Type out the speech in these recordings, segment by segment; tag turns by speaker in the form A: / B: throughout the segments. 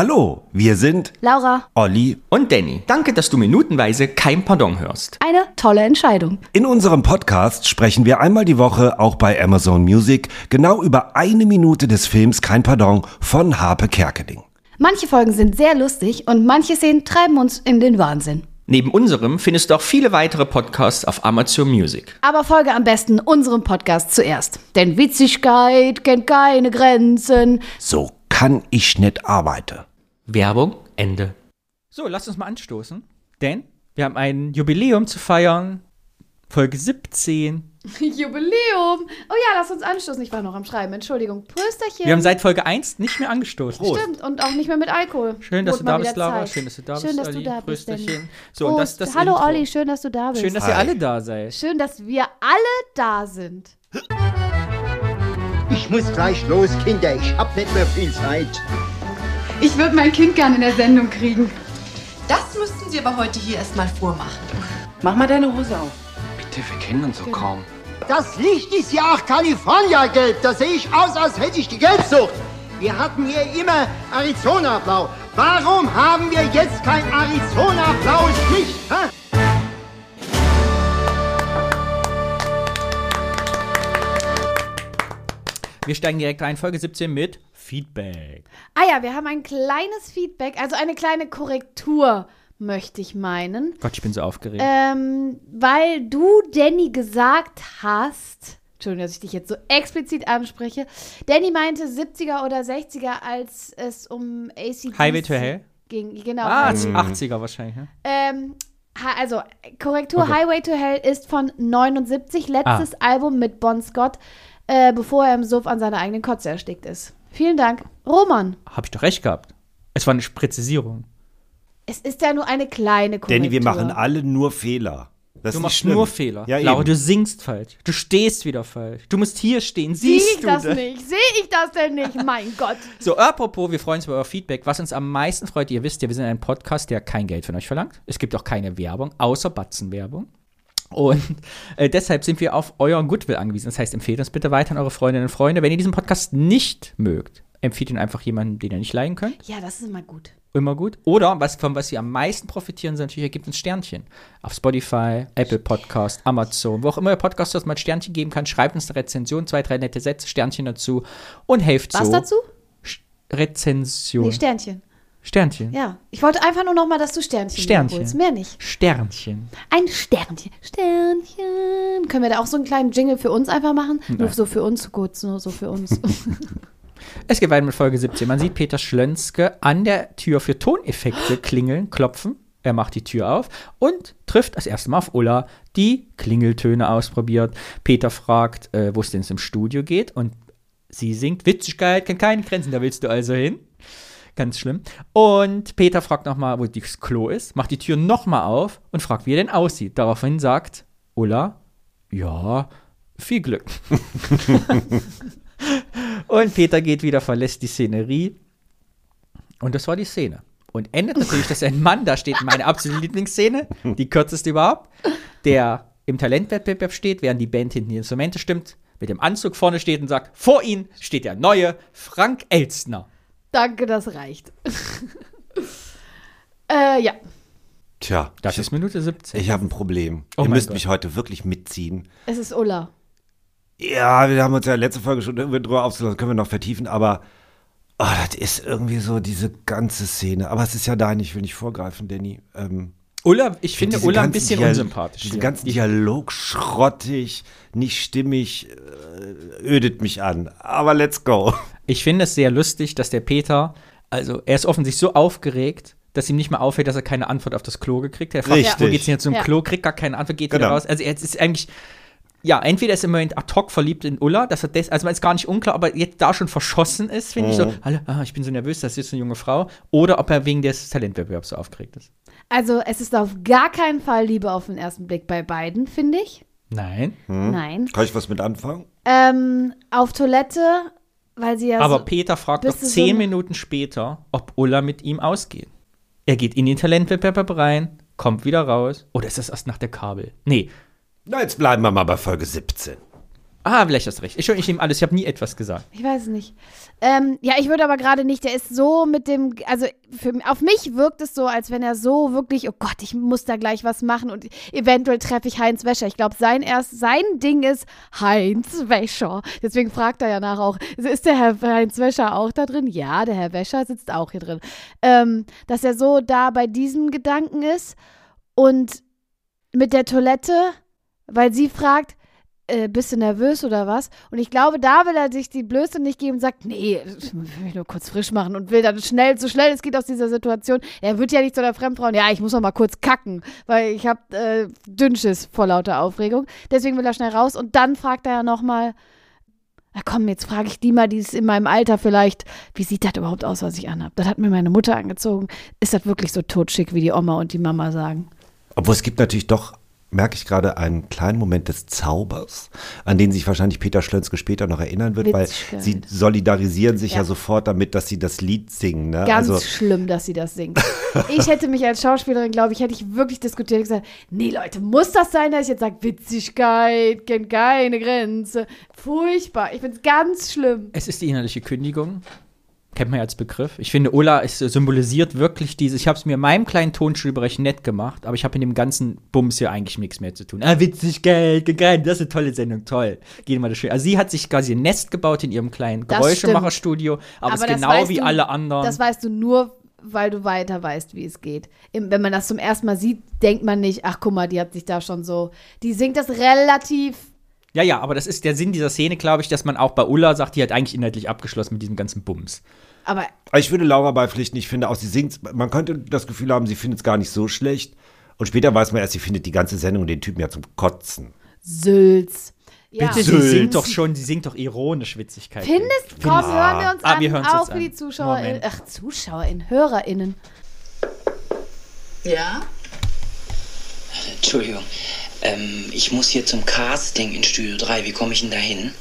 A: Hallo, wir sind
B: Laura,
A: Olli.
C: Und Danny, danke, dass du minutenweise kein Pardon hörst.
B: eine tolle Entscheidung.
A: In unserem Podcast sprechen wir einmal die Woche auch bei Amazon Music genau über eine Minute des Films Kein Pardon von Harpe Kerkeling.
B: Manche Folgen sind sehr lustig und manche Szenen treiben uns in den Wahnsinn.
C: Neben unserem findest du auch viele weitere Podcasts auf Amazon Music.
B: Aber folge am besten unserem Podcast zuerst. Denn Witzigkeit kennt keine Grenzen.
A: So kann ich nicht arbeiten.
C: Werbung, Ende.
D: So, lasst uns mal anstoßen, denn wir haben ein Jubiläum zu feiern. Folge 17.
B: Jubiläum. Oh ja, lass uns anstoßen. Ich war noch am Schreiben. Entschuldigung. Prösterchen.
D: Wir haben seit Folge 1 nicht mehr angestoßen.
B: Stimmt, und auch nicht mehr mit Alkohol.
D: Schön, dass
B: Wurde
D: du
B: mal
D: da
B: wieder
D: bist, Laura.
B: Zeit.
D: Schön, dass du da
B: Schön,
D: bist,
B: dass du
D: Olli.
B: da bist,
D: Prösterchen.
B: Danny.
D: So, und das,
B: Prost.
D: das
B: Hallo
D: Intro.
B: Olli, schön, dass du da bist.
D: Schön, dass ihr alle da seid.
B: Schön, dass wir alle da sind.
E: Ich muss gleich los, Kinder. Ich hab nicht mehr viel Zeit.
F: Ich würde mein Kind gerne in der Sendung kriegen.
G: Das müssten Sie aber heute hier erstmal vormachen.
H: Mach mal deine Hose auf.
E: Das Licht ist ja auch California-gelb. Da sehe ich aus, als hätte ich die Gelbsucht. Wir hatten hier immer Arizona-Blau. Warum haben wir jetzt kein Arizona-blaues Licht? Hä?
D: Wir steigen direkt rein. Folge 17 mit Feedback.
B: Ah ja, wir haben ein kleines Feedback, also eine kleine Korrektur, möchte ich meinen.
D: Gott, ich bin so aufgeregt.
B: Ähm, weil du, Danny, gesagt hast, Entschuldigung, dass ich dich jetzt so explizit anspreche, Danny meinte 70er oder 60er, als es um ACDC
D: Highway to Hell?
B: ging. Genau.
D: ah,
C: Mm.
D: das ist 80er wahrscheinlich. Ne?
B: Ähm, ha- also, Korrektur,
D: Okay. Ah.
B: Highway to Hell ist von 79, letztes Album mit Bon Scott, äh, bevor er im Suff an seiner eigenen Kotze erstickt ist. Vielen Dank. Roman,
D: Hab ich doch recht gehabt. Es war eine Präzisierung.
B: es ist ja nur eine kleine Korrektur.
A: Danny, wir machen alle nur Fehler. Das
D: Du
A: ist
D: machst
A: schlimm.
D: nur Fehler.
A: Ja,
D: Laura,
A: eben.
D: du singst falsch. Du stehst wieder falsch. Du musst hier stehen. Siehst
B: Sehe ich
D: du
B: das
D: das?
B: nicht? Sehe ich das denn nicht? Mein Gott.
D: So, apropos, wir freuen uns über euer Feedback. Was uns am meisten freut, ihr wisst ja, wir sind ein Podcast, der kein Geld von euch verlangt. Es gibt auch keine Werbung, außer Batzenwerbung. Und äh, deshalb sind wir auf euren Goodwill angewiesen. Das heißt, empfehlt uns bitte weiter an eure Freundinnen und Freunde. Wenn ihr diesen Podcast nicht mögt, empfiehlt ihn einfach jemandem, den ihr nicht leiden könnt.
B: Ja, das ist immer gut.
D: Immer gut. Oder, was, von was wir am meisten profitieren, sind natürlich, ihr gebt uns Sternchen. Auf Spotify, Apple Podcast, Amazon, wo auch immer ihr Podcast hört, mal ein Sternchen geben kann, schreibt uns eine Rezension, zwei, drei nette Sätze, Sternchen dazu und helft
B: Was
D: so.
B: dazu?
D: Sch- Rezension.
B: Nee, Sternchen.
D: Sternchen.
B: Ja. Ich wollte einfach nur nochmal, dass du Sternchen
D: Sternchen.
B: wiederholst. Mehr nicht.
D: Sternchen.
B: Ein Sternchen. Sternchen. Können wir da auch so einen kleinen Jingle für uns einfach machen? Nur so für uns kurz, nur so für uns.
D: Es geht weiter mit Folge 17. Man sieht Peter Schlönske an der Tür für Toneffekte klingeln, klopfen. Er macht die Tür auf und trifft das erste Mal auf Ulla, die Klingeltöne ausprobiert. Peter fragt, äh, wo es denn im Studio geht und sie singt Witzigkeit kennt keine Grenzen, da willst du also hin. Ganz schlimm. Und Peter fragt nochmal, wo das Klo ist, macht die Tür nochmal auf und fragt, wie er denn aussieht. Daraufhin sagt Ulla, ja, viel Glück. Und Peter geht wieder, verlässt die Szenerie. Und das war die Szene. Und endet natürlich, dass ein Mann da steht, meine absolute Lieblingsszene, die kürzeste überhaupt, der im Talentwettbewerb steht, während die Band hinten die Instrumente stimmt, mit dem Anzug vorne steht und sagt, vor ihm steht der neue Frank Elstner.
B: Danke, das reicht. äh, ja.
A: Tja,
D: Das ist Minute 17.
A: ich habe ein Problem. Ihr
D: Oh mein
A: müsst
D: Gott.
A: mich heute wirklich mitziehen.
B: Es ist Ulla.
A: Ja, wir haben uns ja letzte Folge schon irgendwie drüber aufgelassen, können wir noch vertiefen, aber oh, das ist irgendwie so diese ganze Szene. Aber es ist ja dein, ich will nicht vorgreifen, Danny. Ähm,
D: Ulla, ich finde
A: diesen
D: Ulla
A: ganzen
D: ein bisschen
A: Dial-
D: unsympathisch.
A: Diesen
D: hier.
A: ganzen
D: Die-
A: Dialog schrottig, nicht stimmig, äh, ödet mich an. Aber let's go.
D: Ich finde es sehr lustig, dass der Peter, also er ist offensichtlich so aufgeregt, dass ihm nicht mal auffällt, dass er keine Antwort auf das Klo gekriegt hat. Er fragt,
A: Richtig.
D: wo geht's denn jetzt zum
B: Ja.
D: Klo? Kriegt gar keine Antwort, geht
A: Genau.
D: wieder raus. Also jetzt ist eigentlich, ja, entweder ist er im Moment ad hoc verliebt in Ulla, dass er des, also man ist gar nicht unklar, ob er jetzt da schon verschossen ist, finde ich
A: Mhm.
D: so, hallo, ah, ich bin so nervös, das ist jetzt eine junge Frau, oder ob er wegen des Talentwettbewerbs so aufgeregt ist.
B: Also, es ist auf gar keinen Fall Liebe auf den ersten Blick bei beiden, finde ich.
D: Nein.
A: Mhm.
B: Nein.
A: Kann ich was mit anfangen?
B: Ähm, auf Toilette, weil sie ja
D: Aber
B: so
D: Peter fragt noch
B: bist du Also, so
D: zehn
B: ein-
D: Minuten später, ob Ulla mit ihm ausgeht. Er geht in den Talentwettbewerb rein, kommt wieder raus. Oder ist das erst nach der Kabel? Nee,
A: Na, jetzt bleiben wir mal bei Folge 17.
D: Ah, vielleicht hast du recht. Ich, ich nehme alles, ich habe nie etwas gesagt.
B: Ich weiß es nicht. Ähm, ja, ich würde aber gerade nicht, der ist so mit dem, also für, auf mich wirkt es so, als wenn er so wirklich, oh Gott, ich muss da gleich was machen und eventuell treffe ich Heinz Wäscher. Ich glaube, sein erst, sein Ding ist Heinz Wäscher. Deswegen fragt er ja nach auch, ist der Herr Heinz Wäscher auch da drin? Ja, der Herr Wäscher sitzt auch hier drin. Ähm, dass er so da bei diesem Gedanken ist und mit der Toilette, weil sie fragt, äh, bist du nervös oder was? Und ich glaube, da will er sich die Blöße nicht geben und sagt, nee, ich will mich nur kurz frisch machen und will dann schnell, so schnell es geht aus dieser Situation. Er wird ja nicht zu der Fremdfrau, ja, ich muss noch mal kurz kacken, weil ich habe äh, Dünnschiss vor lauter Aufregung. Deswegen will er schnell raus und dann fragt er ja noch mal, na komm, jetzt frage ich die mal, die ist in meinem Alter vielleicht, wie sieht das überhaupt aus, was ich anhab? Das hat mir meine Mutter angezogen. Ist das wirklich so totschick, wie die Oma und die Mama sagen?
A: Obwohl es gibt natürlich doch, merke ich gerade, einen kleinen Moment des Zaubers, an den sich wahrscheinlich Peter Schlönzke später noch erinnern wird,
B: Mit
A: weil
B: Sicherheit.
A: sie solidarisieren sich ja.
B: Ja.
A: sofort damit, dass sie das Lied singen. Ne?
B: Ganz
A: also,
B: schlimm, dass sie das singt. Ich hätte mich als Schauspielerin, glaube ich, hätte ich wirklich diskutiert und gesagt, nee, Leute, muss das sein, dass ich jetzt sage, Witzigkeit kennt keine Grenze. Furchtbar. Ich finde es ganz schlimm.
D: Es ist die innerliche Kündigung. Kennt man ja als Begriff. Ich finde, Ola ist, äh, symbolisiert wirklich diese. Ich habe es mir in meinem kleinen Tonschulbereich nett gemacht, aber ich habe in dem ganzen Bums hier eigentlich nichts mehr zu tun. Ah, witzig, geil, geil, das ist eine tolle Sendung, toll. Gehen wir das schön. Also, sie hat sich quasi ein Nest gebaut in ihrem kleinen
B: Das
D: Geräuschemacherstudio, aber, es ist
B: das
D: genau
B: weißt
D: wie
B: du-
D: alle anderen.
B: Das weißt du nur, weil du weiter weißt, wie es geht. Im- Wenn man das zum ersten Mal sieht, denkt man nicht, ach guck mal, die hat sich da schon so. Die singt das relativ.
D: Ja, ja, aber das ist der Sinn dieser Szene, glaube ich, dass man auch bei Ulla sagt, die hat eigentlich inhaltlich abgeschlossen mit diesem ganzen Bums.
B: Aber
A: ich würde Laura beipflichten, ich finde auch, sie singt, man könnte das Gefühl haben, sie findet es gar nicht so schlecht. Und später weiß man erst, sie findet die ganze Sendung und den Typen ja zum Kotzen.
B: Sülz. Ja.
D: Bitte, sie
A: Sülz.
D: singt doch schon, sie singt doch ironisch Witzigkeit.
B: Findest du? Komm, hören wir uns
D: Ah,
B: an.
D: wir hören's
B: auch
D: jetzt
B: für die
D: an.
B: ZuschauerInnen.
D: Moment.
B: Ach, ZuschauerInnen, HörerInnen.
G: Ja?
I: Entschuldigung. Ähm, ich muss hier zum Casting in Studio 3. Wie komme ich denn da hin?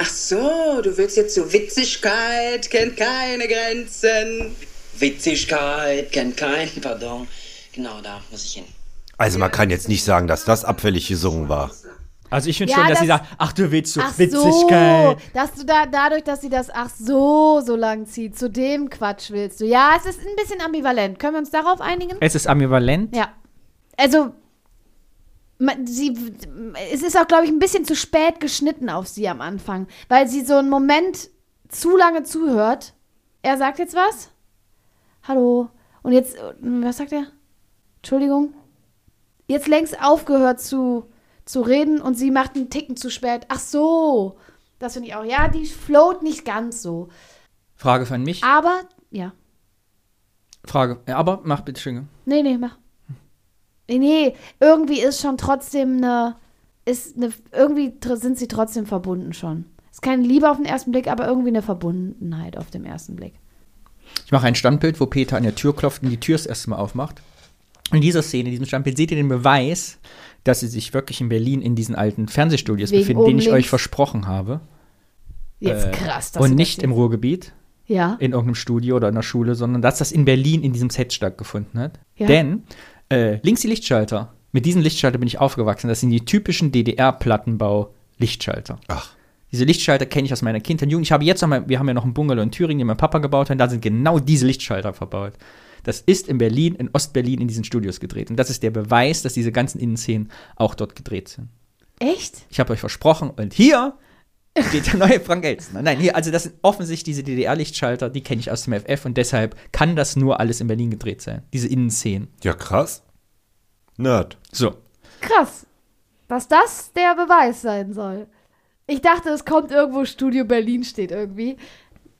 H: Ach so, du willst jetzt so Witzigkeit, kennt keine Grenzen.
I: Witzigkeit, kennt keinen, pardon. Genau, da muss ich hin.
A: Also man kann jetzt nicht sagen, dass das abfällig gesungen war.
D: Also ich finde
B: Ja,
D: schon, dass
B: das-
D: sie sagt, ach du willst so
B: Ach so,
D: Witzigkeit.
B: dass du da dadurch, dass sie das ach so so lang zieht, zu dem Quatsch willst du. Ja, es ist ein bisschen ambivalent. Können wir uns darauf einigen?
D: Es ist ambivalent.
B: Ja. Also ma- sie es ist auch glaube ich ein bisschen zu spät geschnitten auf sie am Anfang, weil sie so einen Moment zu lange zuhört. Er sagt jetzt was? Hallo. Und jetzt äh, was sagt er? Entschuldigung. Jetzt längst aufgehört zu zu reden und sie macht einen Ticken zu spät. Ach so. Das finde ich auch. Ja, die float nicht ganz so,
D: Frage von mich.
B: aber ja.
D: Frage. Ja, aber mach bitte schön.
B: Nee, nee, mach. Nee, nee, irgendwie ist schon trotzdem eine. Ist eine irgendwie tr- sind sie trotzdem verbunden schon. Ist keine Liebe auf den ersten Blick, aber irgendwie eine Verbundenheit auf dem ersten Blick.
D: Ich mache ein Standbild, wo Peter an der Tür klopft und die Tür das erste Mal aufmacht. In dieser Szene, in diesem Standbild, seht ihr den Beweis, dass sie sich wirklich in Berlin in diesen alten Fernsehstudios
B: Wegen
D: befinden,
B: oben
D: den ich
B: links.
D: euch versprochen habe.
B: Jetzt
D: Äh,
B: krass. dass
D: Und
B: sie
D: nicht
B: das
D: im
B: sehen.
D: Ruhrgebiet,
B: Ja.
D: in irgendeinem Studio oder in der Schule, sondern dass das in Berlin in diesem Set stattgefunden hat.
B: Ja.
D: Denn äh, links die Lichtschalter. Mit diesen Lichtschalter bin ich aufgewachsen. Das sind die typischen DDR-Plattenbau-Lichtschalter.
A: Ach.
D: Diese Lichtschalter kenne ich aus meiner Kindheit und Jugend. Ich habe jetzt noch mal, wir haben ja noch einen Bungalow in Thüringen, den mein Papa gebaut hat. Da sind genau diese Lichtschalter verbaut. Das ist in Berlin, in Ostberlin, in diesen Studios gedreht. Und das ist der Beweis, dass diese ganzen Innenszenen auch dort gedreht sind.
B: Echt?
D: Ich habe euch versprochen. Und hier steht der neue Frank Elstner. Nein, hier, also das sind offensichtlich diese DDR-Lichtschalter, die kenne ich aus dem FF und deshalb kann das nur alles in Berlin gedreht sein. Diese Innenszenen.
A: Ja, krass. Nerd.
D: So.
B: Krass. Dass das der Beweis sein soll. Ich dachte, es kommt irgendwo Studio Berlin steht irgendwie.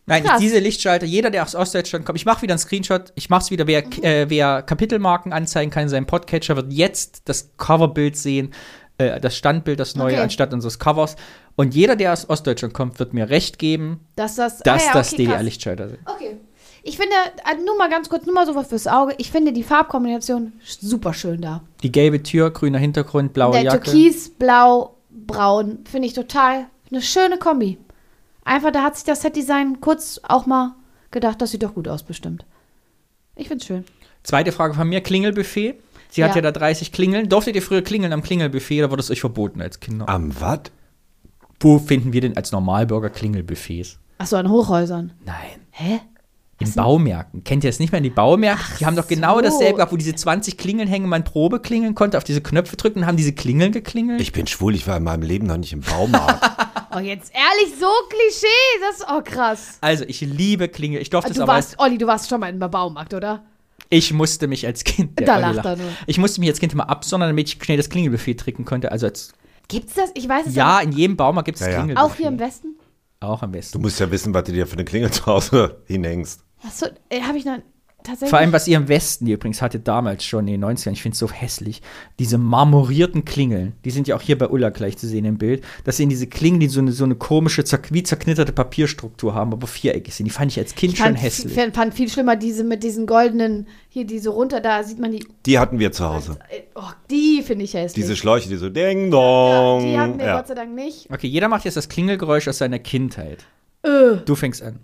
D: Nein,
B: Krass.
D: diese Lichtschalter, jeder, der aus Ostdeutschland kommt, ich mache wieder einen Screenshot, ich mache es wieder, wer,
B: Mhm.
D: äh, wer Kapitelmarken anzeigen kann in seinem Podcatcher, wird jetzt das Coverbild sehen, äh, das Standbild, das neue,
B: Okay.
D: anstatt unseres Covers. Und jeder, der aus Ostdeutschland kommt, wird mir recht geben,
B: Dass das.
D: dass
B: ah ja,
D: das
B: okay, krass.
D: DDR-Lichtschalter sind.
B: Okay. Ich finde, äh, nur mal ganz kurz, nur mal so was fürs Auge. Ich finde die Farbkombination super schön da.
D: Die gelbe Tür, grüner Hintergrund, blaue
B: Der
D: Jacke.
B: Türkis, Blau, Braun finde ich total eine schöne Kombi. Einfach, da hat sich das Set-Design kurz auch mal gedacht, das sieht doch gut aus, bestimmt. Ich find's schön.
D: Zweite Frage von mir: Klingelbuffet. Sie hat ja
B: Ja.
D: da 30 Klingeln. Durftet ihr früher klingeln am Klingelbuffet oder wurde es euch verboten als Kinder?
A: Am was?
D: Ah, Wo finden wir denn als Normalbürger Klingelbuffets?
B: Achso, an Hochhäusern.
D: Nein.
B: Hä?
D: In Baumärkten. Kennt ihr das nicht mehr? Die Baumärkte, die haben doch genau
B: so.
D: dasselbe gehabt, wo diese 20 Klingeln hängen, man Probe klingeln konnte, auf diese Knöpfe drücken und haben diese Klingeln geklingelt.
A: Ich bin schwul, ich war in meinem Leben noch nicht im Baumarkt.
B: Oh, jetzt ehrlich, so Klischee. Das ist, oh, krass.
D: also, ich liebe Klingeln. Ich durfte es
B: Ah, Du
D: aber
B: warst, Olli, du warst schon mal im Baumarkt, oder?
D: Ich musste mich als Kind.
B: Da
D: Olli
B: lacht er
D: lacht.
B: nur.
D: Ich musste mich als Kind immer absondern, damit ich schnell das Klingelbuffet trinken konnte. Also als,
B: Gibt's das? Ich weiß es
D: ja, in jedem Baumarkt gibt es
A: Ja, ja.
D: Klingelbuffet.
B: Auch hier im Westen?
D: Auch am
A: du
D: besten.
A: musst ja wissen, was du dir für eine Klingel zu Hause hinhängst.
B: Achso, äh, habe ich noch tatsächlich.
D: Vor allem, was ihr im Westen übrigens hattet damals schon in den 90ern, ich finde es so hässlich, diese marmorierten Klingeln, die sind ja auch hier bei Ulla gleich zu sehen im Bild, das sind diese Klingeln, die so eine, so eine komische, zer wie zerknitterte Papierstruktur haben, aber viereckig sind. Die fand ich als Kind schon
B: fand,
D: hässlich.
B: fand- fand viel schlimmer diese mit diesen goldenen, hier diese runter, da sieht man die.
A: Die hatten wir zu Hause.
B: Äh, oh, die finde ich hässlich.
A: Diese Schläuche, die so Ding
B: ja,
A: Dong.
B: die hatten wir
A: Ja.
B: Gott sei Dank nicht.
D: Okay, jeder macht jetzt das Klingelgeräusch aus seiner Kindheit. Du fängst an.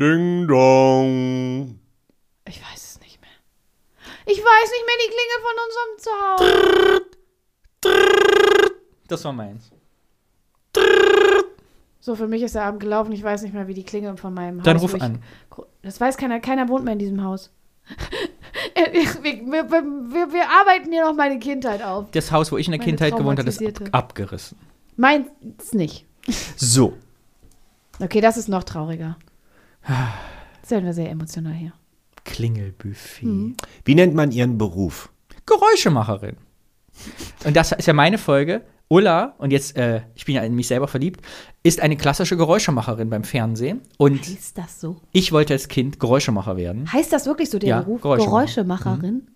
A: Ding Dong.
B: Ich weiß es nicht mehr. Ich weiß nicht mehr die Klinge von unserem Zuhause.
D: Das war meins.
B: So, für mich ist der Abend gelaufen. Ich weiß nicht mehr, wie die Klinge von meinem
D: Dann
B: Haus.
D: ruf
B: wo ich-
D: an.
B: Das weiß keiner. Keiner wohnt mehr in diesem Haus. wir, wir, wir, wir arbeiten hier noch meine Kindheit auf.
D: Das Haus, wo ich in der
B: Meine
D: Kindheit gewohnt habe, ist ab
B: traumatisierte.
D: abgerissen.
B: Meins nicht.
D: So.
B: Okay, das ist noch trauriger. Jetzt werden wir sehr emotional hier.
D: Klingelbuffet.
B: Hm.
A: Wie nennt man ihren Beruf?
D: Geräuschemacherin. Und das ist ja meine Folge. Ulla, und jetzt, äh, ich bin ja in mich selber verliebt, ist eine klassische Geräuschemacherin beim Fernsehen. Und
B: Ist das so?
D: ich wollte als Kind Geräuschemacher werden.
B: Heißt das wirklich so der
D: Ja,
B: Beruf?
D: Geräuschemacher. Mhm.
B: Geräuschemacherin?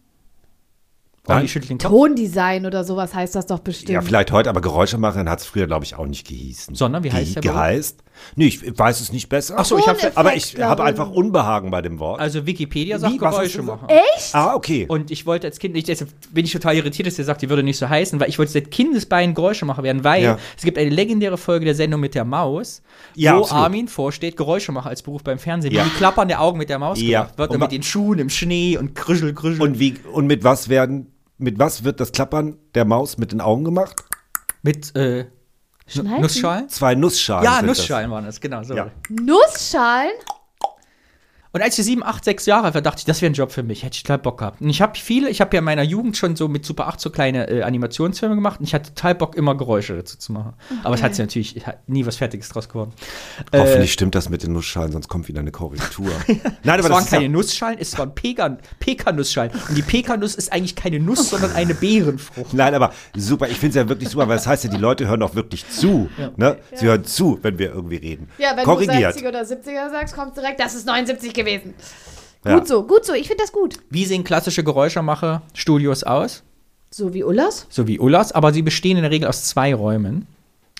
A: Nein.
D: Und ich schüttel den Kopf.
B: Tondesign oder sowas heißt das doch bestimmt.
A: Ja, vielleicht heute, aber Geräuschemacherin hat es früher, glaube ich, auch nicht gehießen.
D: Sondern wie
A: Ge-
D: heißt der Beruf?
A: Geheißt? Nee, ich weiß es nicht besser. Ach
D: so, ich hab's-
A: aber ich
B: Toneffektlerin.
A: habe einfach Unbehagen bei dem Wort.
D: Also Wikipedia sagt
A: Wie, was hast du
D: Geräuschemacher.
A: ah, okay.
D: Und ich wollte als Kind, ich, deshalb bin ich total irritiert, dass ihr sagt, die würde nicht so heißen, weil ich wollte seit Kindesbeinen Geräuschemacher werden, weil
A: Ja.
D: es gibt eine legendäre Folge der Sendung mit der Maus,
A: Ja,
D: wo
A: absolut.
D: Armin vorsteht, Geräuschemacher als Beruf beim Fernsehen,
A: Ja.
D: wie die Klappern der Augen mit der Maus
A: Ja.
D: gemacht wird,
A: Und
D: und
A: wa-
D: mit den Schuhen im Schnee und Krüschel, Krüschel.
A: Und, wie, und mit was werden, mit was wird das Klappern der Maus mit den Augen gemacht?
D: mit äh, Nu-
B: Schneiden?
D: Nussschalen?
A: Zwei Nussschalen.
D: Ja,
A: sind das.
D: Nussschalen waren das, genau. So.
A: Ja.
B: Nussschalen?
D: Und als ich sieben, acht, sechs Jahre alt war, dachte ich, das wäre ein Job für mich. Hätte ich total Bock gehabt. Und ich habe viele, ich habe ja in meiner Jugend schon so mit Super 8 so kleine äh, Animationsfilme gemacht und ich hatte total Bock, immer Geräusche dazu zu machen. Aber es hat sich natürlich ich hat nie was Fertiges draus geworden. Äh.
A: Hoffentlich stimmt das mit den Nussschalen, sonst kommt wieder eine Korrektur. Nein, aber
D: es
A: das
D: waren
A: ist ja,
D: keine Nussschalen, es waren Pekan, Pekanussschalen. Und die Pekanuss ist eigentlich keine Nuss, sondern eine Beerenfrucht.
A: Nein, aber super. Ich finde es ja wirklich super, weil das heißt ja, die Leute hören auch wirklich zu. Ne? Sie hören zu, wenn wir irgendwie reden.
B: Ja, wenn
A: Korrigiert.
B: du 60er oder 70er sagst, kommt direkt, das ist 79 gewesen.
A: Ja.
B: Gut so, gut so, ich finde das gut.
D: Wie sehen klassische Geräuschemacher-Studios aus?
B: So wie Ullas,
D: So wie Ullas, aber sie bestehen in der Regel aus zwei Räumen.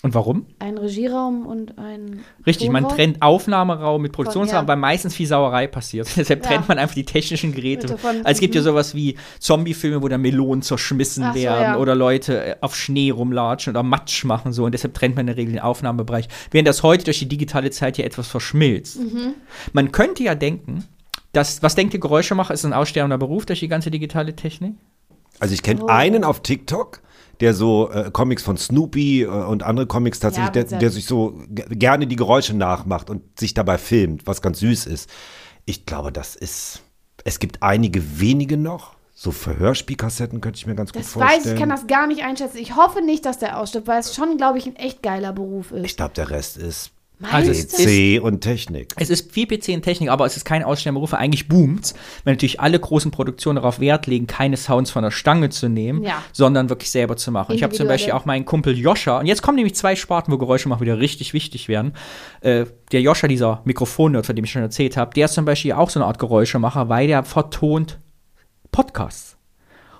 D: Und warum?
B: ein Regieraum und ein
D: Richtig, man
B: Wohnraum.
D: trennt Aufnahmeraum mit Produktionsraum,
B: ja.
D: weil meistens viel Sauerei passiert. Deshalb
B: Ja.
D: trennt man einfach die technischen Geräte.
B: Bitte von-
D: also es gibt ja
B: mhm.
D: sowas wie Zombie-Filme, wo dann Melonen zerschmissen
B: Ach so,
D: werden
B: ja.
D: oder Leute äh, auf Schnee rumlatschen oder Matsch machen so. Und deshalb trennt man in der Regel den Aufnahmebereich. Während das heute durch die digitale Zeit ja etwas verschmilzt.
B: Mhm.
D: Man könnte ja denken, dass, was denkt ihr, Geräuschemacher ist ein aussterbender Beruf durch die ganze digitale Technik?
A: Also ich
B: Oh.
A: kenne einen auf TikTok, der so äh, Comics von Snoopy äh, und andere Comics tatsächlich,
B: Ja, mit
A: der, der
B: seinem-
A: sich so ge- gerne die Geräusche nachmacht und sich dabei filmt, was ganz süß ist. Ich glaube, das ist. Es gibt einige wenige noch. So Verhörspielkassetten könnte ich mir ganz gut
B: Das
A: vorstellen.
B: weiß ich, ich kann das gar nicht einschätzen. Ich hoffe nicht, dass der ausstirbt, weil es schon, glaube ich, ein echt geiler Beruf ist.
A: ich glaube, der Rest ist
D: Also es ist-
A: PC und Technik.
D: Es ist viel PC und Technik, aber es ist kein aussterbender Beruf. weil Eigentlich boomt, weil natürlich alle großen Produktionen darauf Wert legen, keine Sounds von der Stange zu nehmen,
B: Ja.
D: sondern wirklich selber zu machen. Ich habe zum
B: Individuelle.
D: Beispiel auch meinen Kumpel Joscha. Und jetzt kommen nämlich zwei Sparten, wo Geräusche machen wieder richtig wichtig werden. Äh, der Joscha, dieser Mikrofonnerd, von dem ich schon erzählt habe, der ist zum Beispiel auch so eine Art Geräuschemacher, weil der vertont Podcasts.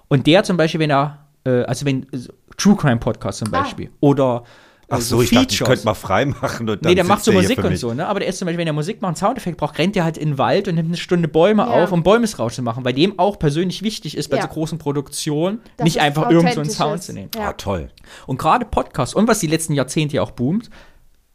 D: Und der zum Beispiel, wenn er, äh, also wenn äh, True Crime Podcast
B: Ah.
D: zum Beispiel oder äh,
A: Ach so, ich dachte, ich
D: Features.
A: könnte mal freimachen und dann
D: Nee, der
A: sitzt
D: macht so
A: hier
D: Musik
A: für
D: und
A: mich.
D: so, ne? Aber der ist zum Beispiel, wenn der Musik macht, einen Soundeffekt braucht, rennt der halt in den Wald und nimmt eine Stunde Bäume
B: Ja.
D: auf, um Bäumesrauschen zu machen, weil dem auch persönlich wiwichtig ist, bei
B: Ja.
D: so großen Produktionen,
B: Dass
D: nicht
B: es
D: einfach irgendeinen so einen
B: authentisch
D: Sound
B: ist.
D: zu nehmen. Oh,
A: Ah,
B: Ja.
A: toll.
D: Und gerade Podcasts und was die letzten Jahrzehnte ja auch boomt,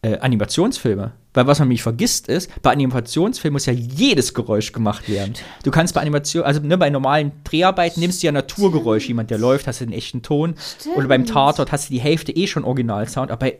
D: äh, Animationsfilme. Weil was man nämlich vergisst ist, bei Animationsfilmen muss ja jedes Geräusch gemacht werden. Du kannst bei Animation, also ne, bei normalen Dreharbeiten nimmst du ja Naturgeräusch. Jemand, der läuft, hast du den echten Ton. Oder beim Tatort hast du die Hälfte eh schon Originalsound. Aber bei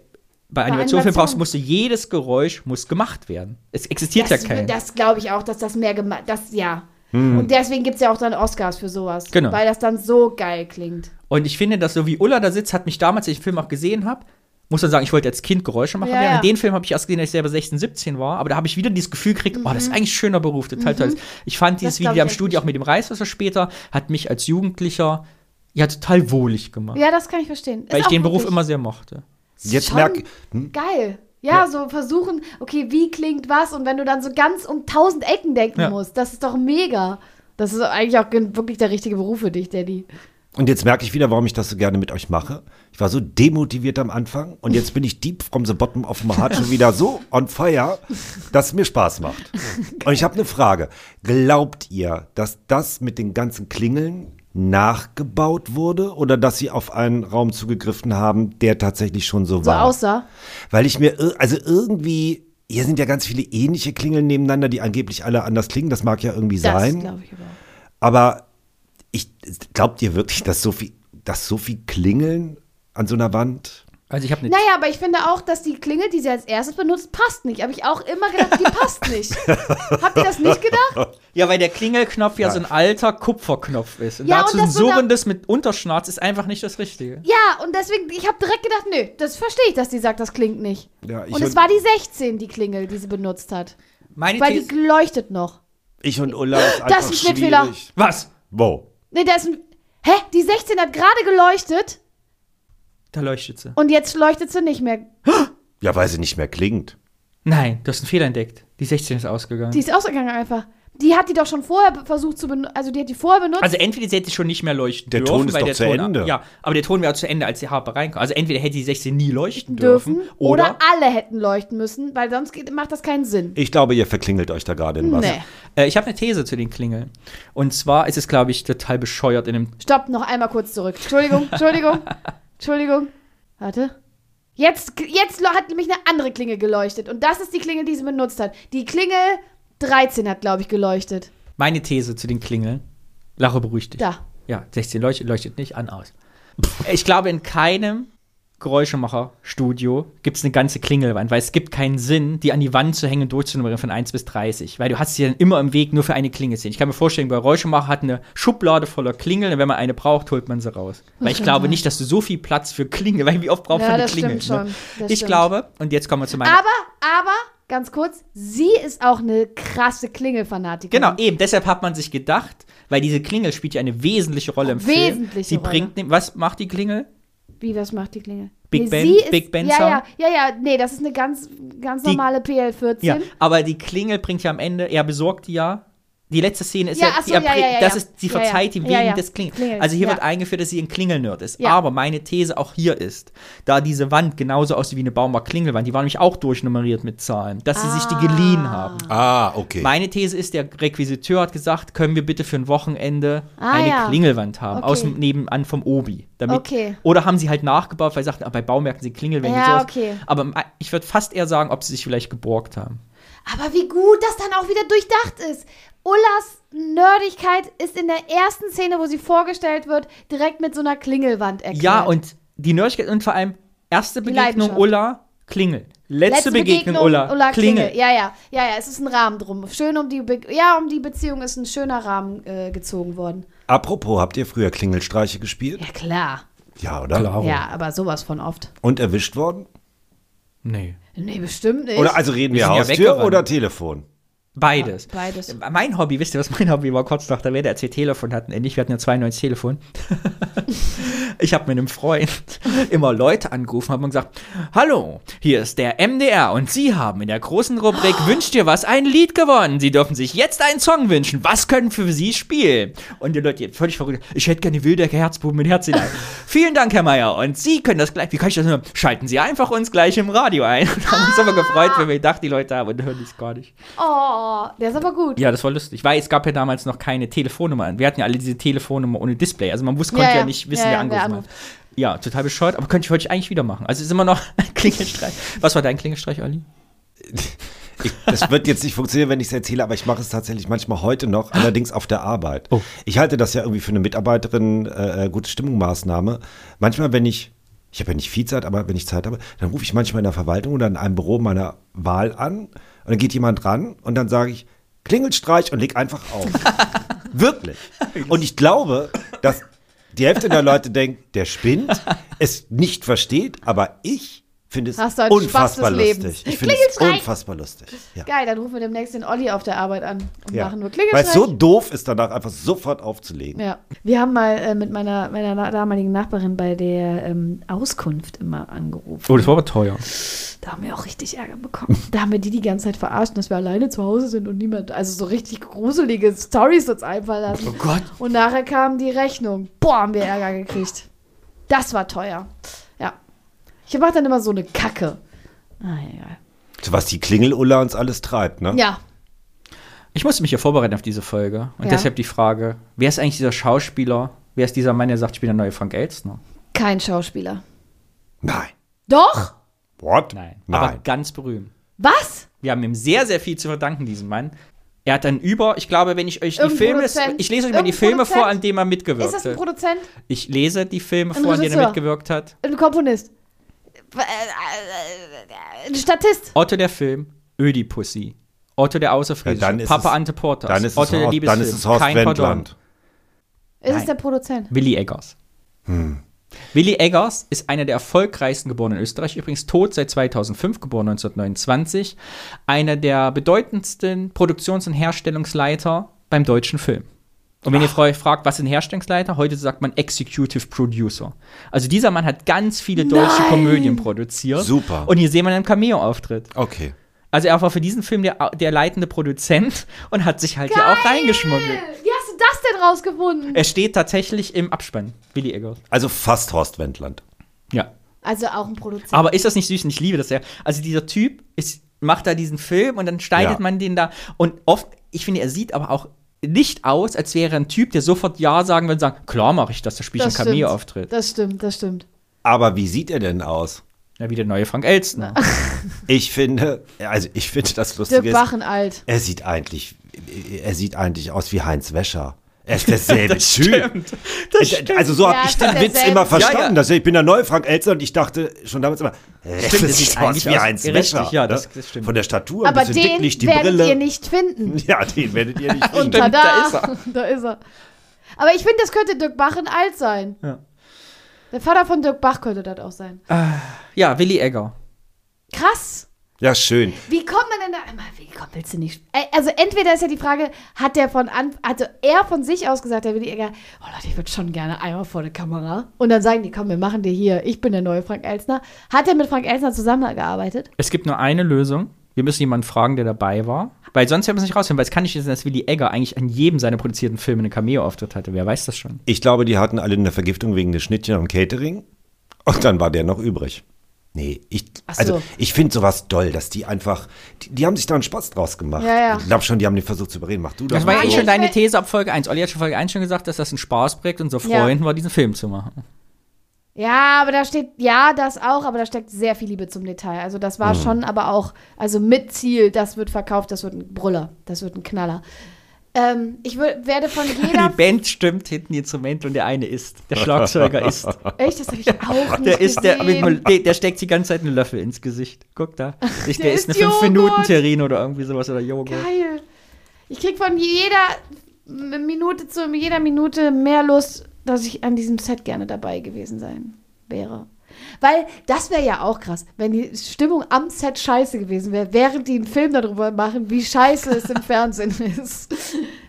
D: bei Animationsfilmen
B: Animation-
D: brauchst, musst du jedes Geräusch muss gemacht werden. Es existiert
B: das,
D: ja kein.
B: Das glaube ich auch, dass das mehr gemacht, das ja.
A: Hm.
B: Und deswegen gibt es ja auch dann Oscars für sowas.
D: Genau.
B: Weil das dann so geil klingt.
D: Und ich finde, dass so wie Ulla da sitzt, hat mich damals, als ich den Film auch gesehen habe, muss man sagen, ich wollte als Kind Geräusche machen.
B: Ja,
D: während
B: ja.
D: den Film habe ich erst gesehen, als ich selber 16, 17 war. Aber da habe ich wieder dieses Gefühl gekriegt, oh, das ist eigentlich ein schöner Beruf, total toll. Ich fand dieses
B: Mhm. Das glaub
D: Video am
B: ich echt
D: Studio auch mit dem Reiswasser später, hat mich als Jugendlicher ja total wohlig gemacht.
B: Ja, das kann ich verstehen. Ist
D: weil ich
B: auch
D: den Beruf
B: wirklich
D: immer sehr mochte.
A: Jetzt
B: schon
A: merk- Hm?
B: Geil. Ja, so versuchen, okay, wie klingt was? Und wenn du dann so ganz um tausend Ecken denken
D: Ja.
B: musst, das ist doch mega. Das ist eigentlich auch gen- wirklich der richtige Beruf für dich, Daddy.
A: Und jetzt merke ich wieder, warum ich das so gerne mit euch mache. Ich war so demotiviert am Anfang und jetzt bin ich deep from the bottom of my heart schon wieder so on fire, dass es mir Spaß macht. Und ich habe eine Frage. Glaubt ihr, dass das mit den ganzen Klingeln nachgebaut wurde oder dass sie auf einen Raum zugegriffen haben, der tatsächlich schon so,
B: So
A: war?
B: aussah.
A: Weil ich mir, ir- also irgendwie, hier sind ja ganz viele ähnliche Klingeln nebeneinander, die angeblich alle anders klingen. Das mag ja irgendwie
B: Das
A: sein.
B: glaube ich aber. auch.
A: Aber ich glaubt ihr wirklich, dass so viel, dass so viel Klingeln an so einer Wand?
D: Also ich habe eine
B: Naja, aber ich finde auch, dass die Klingel, die sie als erstes benutzt, passt nicht. Habe ich auch immer gedacht, die passt nicht. Habt ihr das nicht gedacht?
D: Ja, weil der Klingelknopf ja so ein alter Kupferknopf ist. Und
B: Ja,
D: dazu
B: und
D: ein
B: das so eine-
D: surrendes mit Unterschnarz ist einfach nicht das Richtige.
B: Ja, und deswegen, ich habe direkt gedacht, nö, das verstehe ich, dass die sagt, das klingt nicht.
A: Ja, ich
B: und es
A: und-
B: war die 16, die Klingel, die sie benutzt hat.
D: Meine
B: Weil die
D: These.
B: leuchtet noch.
A: Ich und Ulla ist einfach
B: Das ist ein Schnittfehler.
A: schwierig.
D: Was?
A: Wow.
B: Nee, da ist ein. Hä? Die 16 hat gerade geleuchtet
D: Da leuchtet sie.
B: und jetzt leuchtet sie nicht mehr.
A: Ja, weil sie nicht mehr klingt.
D: Nein, du hast einen Fehler entdeckt. Die 16 ist ausgegangen.
B: Die ist ausgegangen einfach. Die hat die doch schon vorher be- versucht zu benutzen. Also die hat die vorher benutzt.
D: Also entweder sie hätte schon nicht mehr leuchten
A: Der
D: dürfen,
A: Ton ist
D: weil
A: doch
D: der
A: zu
D: Ton,
A: Ende.
D: Ja, aber der Ton wäre zu Ende, als die Harpe reinkam. Also entweder hätte die 16 nie leuchten dürfen,
B: dürfen.
D: oder,
B: oder alle hätten leuchten müssen, weil sonst geht, macht das keinen Sinn.
A: Ich glaube, ihr verklingelt euch da gerade in was.
B: Nee.
D: äh, ich habe eine These zu den Klingeln. Und zwar ist es, glaube ich, total bescheuert in einem
B: Stopp, noch einmal kurz zurück. Entschuldigung, Entschuldigung, Entschuldigung. Warte. Jetzt, jetzt lo- hat nämlich eine andere Klingel geleuchtet. Und das ist die Klingel, die sie benutzt hat. Die Klingel 13 hat, glaube ich, geleuchtet.
D: meine These zu den Klingeln. Lache beruhigt dich.
B: Da.
D: Ja, 16 leuchtet, leuchtet nicht an aus. Ich glaube, in keinem Geräuschemacherstudio gibt es eine ganze Klingelwand, weil es gibt keinen Sinn, die an die Wand zu hängen und durchzunummerieren von 1 bis 30, weil du hast sie dann immer im Weg nur für eine Klingel sehen. Ich kann mir vorstellen, bei Geräuschemacher hat eine Schublade voller Klingeln und wenn man eine braucht, holt man sie raus. Weil ich glaube nicht, dass du so viel Platz für Klingeln, weil wie oft braucht
B: Ja,
D: man eine
B: das
D: Klingel?
B: stimmt schon.
D: Ne?
B: Das
D: Ich
B: stimmt.
D: glaube, und jetzt kommen wir zu meiner
B: Aber, aber, ganz kurz, sie ist auch eine krasse Klingelfanatikerin.
D: Genau, eben. Deshalb hat man sich gedacht, weil diese Klingel spielt ja eine wesentliche Rolle im Film.
B: Wesentliche
D: Sie
B: Rolle.
D: bringt, ne- was macht die Klingel?
B: Wie, was macht die Klingel?
D: Big Ben-
B: sie ist-
D: Big Ben
B: ja,
D: Sound?
B: ja, ja, ja, nee, das ist eine ganz, ganz
D: Die-
B: normale PL-14.
D: Ja, aber die Klingel bringt ja am Ende, er besorgt die ja. Die letzte Szene ist ja,
B: Ja, ach so,
D: die er
B: ja,
D: bringt-
B: ja, ja,
D: das
B: ja.
D: ist, sie
B: Ja, ja.
D: verzeiht ihm wegen
B: Ja, ja.
D: des Klingel.
B: Klingel,
D: Also hier
B: ja.
D: wird eingeführt, dass sie ein Klingelnerd ist.
B: Ja.
D: Aber meine These auch hier ist, da diese Wand genauso aussieht wie eine Baumer Klingelwand, die war nämlich auch durchnummeriert mit Zahlen, dass sie sich die geliehen haben.
A: Ah, okay.
D: Meine These ist, der Requisiteur hat gesagt, können wir bitte für ein Wochenende
B: Ah,
D: eine
B: ja.
D: Klingelwand haben,
B: Okay.
D: aus dem nebenan vom Obi. Damit,
B: Okay.
D: Oder haben sie halt nachgebaut, weil sie sagten, ah, bei Baumärkten sind Klingelwände
B: Ja,
D: sowas.
B: okay.
D: Aber ich würde fast eher sagen, ob sie sich vielleicht geborgt haben.
B: Aber wie gut das dann auch wieder durchdacht ist. Ullas Nerdigkeit ist in der ersten Szene, wo sie vorgestellt wird, direkt mit so einer Klingelwand erklärt.
D: Ja, und die Nerdigkeit und vor allem erste Begegnung
B: Leidenschaft.
D: Ulla, Klingel. Letzte, Begegnung, Ulla, Klingel.
B: Ja, ja, ja, ja, es ist ein Rahmen drum. Schön um die, Be ja, um die Beziehung ist ein schöner Rahmen äh, gezogen worden.
A: Apropos, habt ihr früher Klingelstreiche gespielt?
B: Ja, klar.
A: Ja, oder?
B: Ja, aber sowas von oft.
A: Und erwischt worden?
D: Nee.
B: Nee, bestimmt nicht.
A: Oder also reden wir,
D: sind ja
A: Haustür
D: weggerannt.
A: oder Telefon?
D: Beides.
B: Ja, beides.
D: Mein Hobby, wisst ihr, was mein Hobby war? Kurz nach der Wende, als wir Telefon hatten, äh, nicht, wir hatten ja 92 Telefon. ich habe mit einem Freund immer Leute angerufen, habe gesagt, hallo, hier ist der MDR und Sie haben in der großen Rubrik Wünscht dir was ein Lied gewonnen. Sie dürfen sich jetzt einen Song wünschen. Was können wir für Sie spielen? Und die Leute, völlig verrückt, ich hätte gerne Wildecker Herzbuben mit Herz hinein. Vielen Dank, Herr Meier. Und Sie können das gleich, wie kann ich das nur? Schalten Sie einfach uns gleich im Radio ein. Und haben uns immer gefreut, wenn wir gedacht, die Leute haben und hören das gar nicht.
B: Oh, der ist aber gut.
D: Ja, das war lustig, weil es gab ja damals noch keine Telefonnummer. Wir hatten ja alle diese Telefonnummer ohne Display. Also man wusste, konnte ja,
B: Ja, ja.
D: nicht wissen,
B: Ja,
D: wer
B: ja, wer
D: angerufen hat. Ja, total bescheuert, aber könnte ich heute eigentlich wieder machen. Also ist immer noch ein Klingelstreich. Was war dein Klingelstreich, Olli?
A: Ich, das wird jetzt nicht funktionieren, wenn ich es erzähle, aber ich mache es tatsächlich manchmal heute noch, allerdings auf der Arbeit.
B: Oh.
A: Ich halte das ja irgendwie für eine Mitarbeiterin äh, äh, gute Stimmungsmaßnahme. Manchmal, wenn ich, ich habe ja nicht viel Zeit, aber wenn ich Zeit habe, dann rufe ich manchmal in der Verwaltung oder in einem Büro meiner Wahl an und dann geht jemand ran und dann sage ich, Klingelstreich und leg einfach auf. Wirklich. Und ich glaube, dass die Hälfte der Leute denkt, der spinnt, es nicht versteht, aber ich finde es
B: Hast du einen
A: unfassbar
B: Spaß des
A: lustig.
B: Lebens.
A: Ich finde es
B: Klingelstreich.
A: unfassbar lustig. Ja.
B: Geil, dann rufen wir demnächst den Olli auf der Arbeit an und
A: Ja.
B: machen nur
A: Weil
B: Klingelstreich.
A: es so doof ist, danach einfach sofort aufzulegen.
B: Ja, wir haben mal äh, mit meiner, meiner na- damaligen Nachbarin bei der ähm, Auskunft immer angerufen.
D: Oh, das war aber teuer.
B: Da haben wir auch richtig Ärger bekommen. Da haben wir die die ganze Zeit verarscht, dass wir alleine zu Hause sind und niemand, also so richtig gruselige Stories uns einfallen lassen. Oh Gott. Und nachher kam die Rechnung. Boah, haben wir Ärger gekriegt. Das war teuer. Ja. Ich mache dann immer so eine Kacke. Ah, egal.
A: Was die Klingel-Ulla uns alles treibt, ne?
B: Ja,
D: Ich musste mich ja vorbereiten auf diese Folge. Und
B: Ja.
D: deshalb die Frage: Wer ist eigentlich dieser Schauspieler? Wer ist dieser Mann, der sagt, ich bin der neue Frank Elstner?
B: kein Schauspieler.
A: Nein.
B: Doch?
A: What?
D: Aber
A: Nein.
D: ganz berühmt.
B: Was?
D: Wir haben ihm sehr, sehr viel zu verdanken, diesem Mann. Er hat dann über, ich glaube, wenn ich euch die
B: Irgendein
D: Filme,
B: Produzent.
D: ich lese euch mal die
B: Irgendein
D: Filme
B: Produzent.
D: vor, an denen er mitgewirkt
B: Ist das ein
D: hat.
B: Produzent?
D: Ich lese die Filme
B: Ein
D: vor, an denen er
B: Regisseur.
D: mitgewirkt hat.
B: Ein Komponist? Äh, äh, äh, Ein Statist?
D: Otto der Film, Ödipussy. Otto der
A: Ja,
D: Außerfriesische,
A: dann ist
D: Papa
A: es-
D: Ante Portas,
A: Dann ist, es
D: Otto der
A: Horst,
D: Liebesfilm,
A: dann ist es Horst
D: kein Pardon.
A: Wendland.
B: Ist
D: Nein.
B: es der Produzent?
D: Willi Eggers. Willi Eggers ist einer der erfolgreichsten Geborenen in Österreich, übrigens tot seit 2005, geboren 1929. Einer der bedeutendsten Produktions- und Herstellungsleiter beim deutschen Film. Und wenn ihr euch fragt, was ist ein Herstellungsleiter? Heute sagt man Executive Producer. Also dieser Mann hat ganz viele deutsche Komödien produziert.
A: Super.
D: Und hier sehen wir einen Cameo-Auftritt.
A: Okay.
D: Also er war für diesen Film der, der leitende Produzent und hat sich halt hier auch reingeschmuggelt.
B: Wie hast du das denn rausgefunden?
D: Er steht tatsächlich im Abspann, Willi Eggers.
A: Also fast Horst Wendland.
D: Ja.
B: Also auch ein Produzent.
D: Aber ist das nicht süß? Und ich liebe das ja. Also dieser Typ ist, macht da diesen Film und dann schneidet
A: Ja.
D: man den da. Und oft, ich finde, er sieht aber auch nicht aus, als wäre er ein Typ, der sofort Ja sagen würde und sagen, klar mache ich das, da spiele ich einen Cameo-Auftritt.
B: Das stimmt, das stimmt.
A: Aber wie sieht er denn aus?
D: Ja, wie der neue Frank Elstner.
A: Ich finde, also ich finde das
B: Dirk
A: Lustige ist,
B: Bachenalt.
A: er sieht eigentlich, er sieht eigentlich aus wie Heinz Wäscher. Er ist derselbe Typ. also so
B: Ja,
A: habe ich
B: es
A: den
B: ist
A: Witz
B: derselbe
A: immer
B: Typ.
A: verstanden.
D: Ja, ja.
A: Also ich bin der neue Frank Elster und ich dachte schon damals immer, äh, er
D: Stimmt, er sieht
A: sieht aus
D: eigentlich
A: wie
D: aus-
A: Heinz
D: richtig,
A: Wäscher.
D: ja,
A: ne?
D: das- das stimmt.
A: Von der Statur, ein
B: Aber
A: bisschen
B: den
A: dicklich, die
B: werdet
A: Brille.
B: ihr nicht finden.
A: Ja, den werdet ihr nicht finden.
D: Stimmt,
B: Tada!
D: da ist
B: Da ist er. Aber ich finde, das könnte Dirk Bachenalt sein.
D: Ja.
B: Der Vater von Dirk Bach könnte das auch sein.
D: ja, Willi Egger.
B: Krass.
A: Ja, schön.
B: Wie kommt man denn da? Immer, Wie kommt, willst du nicht? Äh, Also entweder ist ja die Frage, hat der von an, also er von sich aus gesagt, der Willi Egger, oh Leute, ich würde schon gerne einmal vor der Kamera. Und dann sagen die, komm, wir machen dir hier, ich bin der neue Frank Elsner. Hat er mit Frank Elsner zusammengearbeitet?
D: Es gibt nur eine Lösung. Wir müssen jemanden fragen, der dabei war. Weil sonst werden wir es nicht rausfinden, weil es kann nicht sein, dass Willi Egger eigentlich an jedem seiner produzierten Filme einen Cameo-Auftritt hatte. Wer weiß das schon?
A: Ich glaube, die hatten alle eine Vergiftung wegen des Schnittchen am Catering. Und dann war der noch übrig. Nee, ich,
B: Ach so.
A: also ich finde sowas doll, dass die einfach, die, die haben sich da einen Spaß draus gemacht.
B: Ja, ja.
A: Ich glaube schon, die haben den versucht zu überreden. Mach du doch
D: Das war ja
A: mal.
D: eh
B: ich
D: schon
B: will-
D: deine These ab Folge 1. Olli hat schon Folge 1 schon gesagt, dass das ein Spaßprojekt unserer
B: Ja.
D: Freunden war, diesen Film zu machen.
B: Ja, aber da steht, ja, das auch, aber da steckt sehr viel Liebe zum Detail. Also das war schon aber auch, also mit Ziel, das wird verkauft, das wird ein Brüller, das wird ein Knaller. Ähm, ich wür- werde von jeder...
D: Die Band stimmt hinten die Instrumente und der eine ist. Der Schlagzeuger ist.
B: Echt, das habe ich auch nicht
D: Der ist der,
B: gesehen.
D: der, der steckt die ganze Zeit einen Löffel ins Gesicht. Guck da. Ich, der,
B: Der
D: ist eine
B: ist Joghurt.
D: 5-Minuten-Terrine oder irgendwie sowas oder Joghurt.
B: Geil. Ich krieg von jeder M- Minute zu jeder Minute mehr Lust, dass ich an diesem Set gerne dabei gewesen sein wäre. Weil das wäre ja auch krass, wenn die Stimmung am Set scheiße gewesen wäre, während die einen Film darüber machen, wie scheiße es im Fernsehen ist.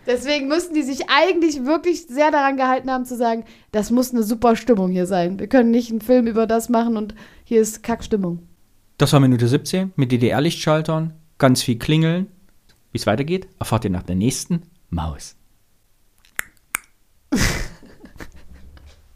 B: Deswegen müssten die sich eigentlich wirklich sehr daran gehalten haben zu sagen, das muss eine super Stimmung hier sein. Wir können nicht einen Film über das machen und hier ist Kackstimmung.
D: Das war Minute 17 mit DDR-Lichtschaltern, ganz viel Klingeln. Wie es weitergeht, erfahrt ihr nach der nächsten Maus.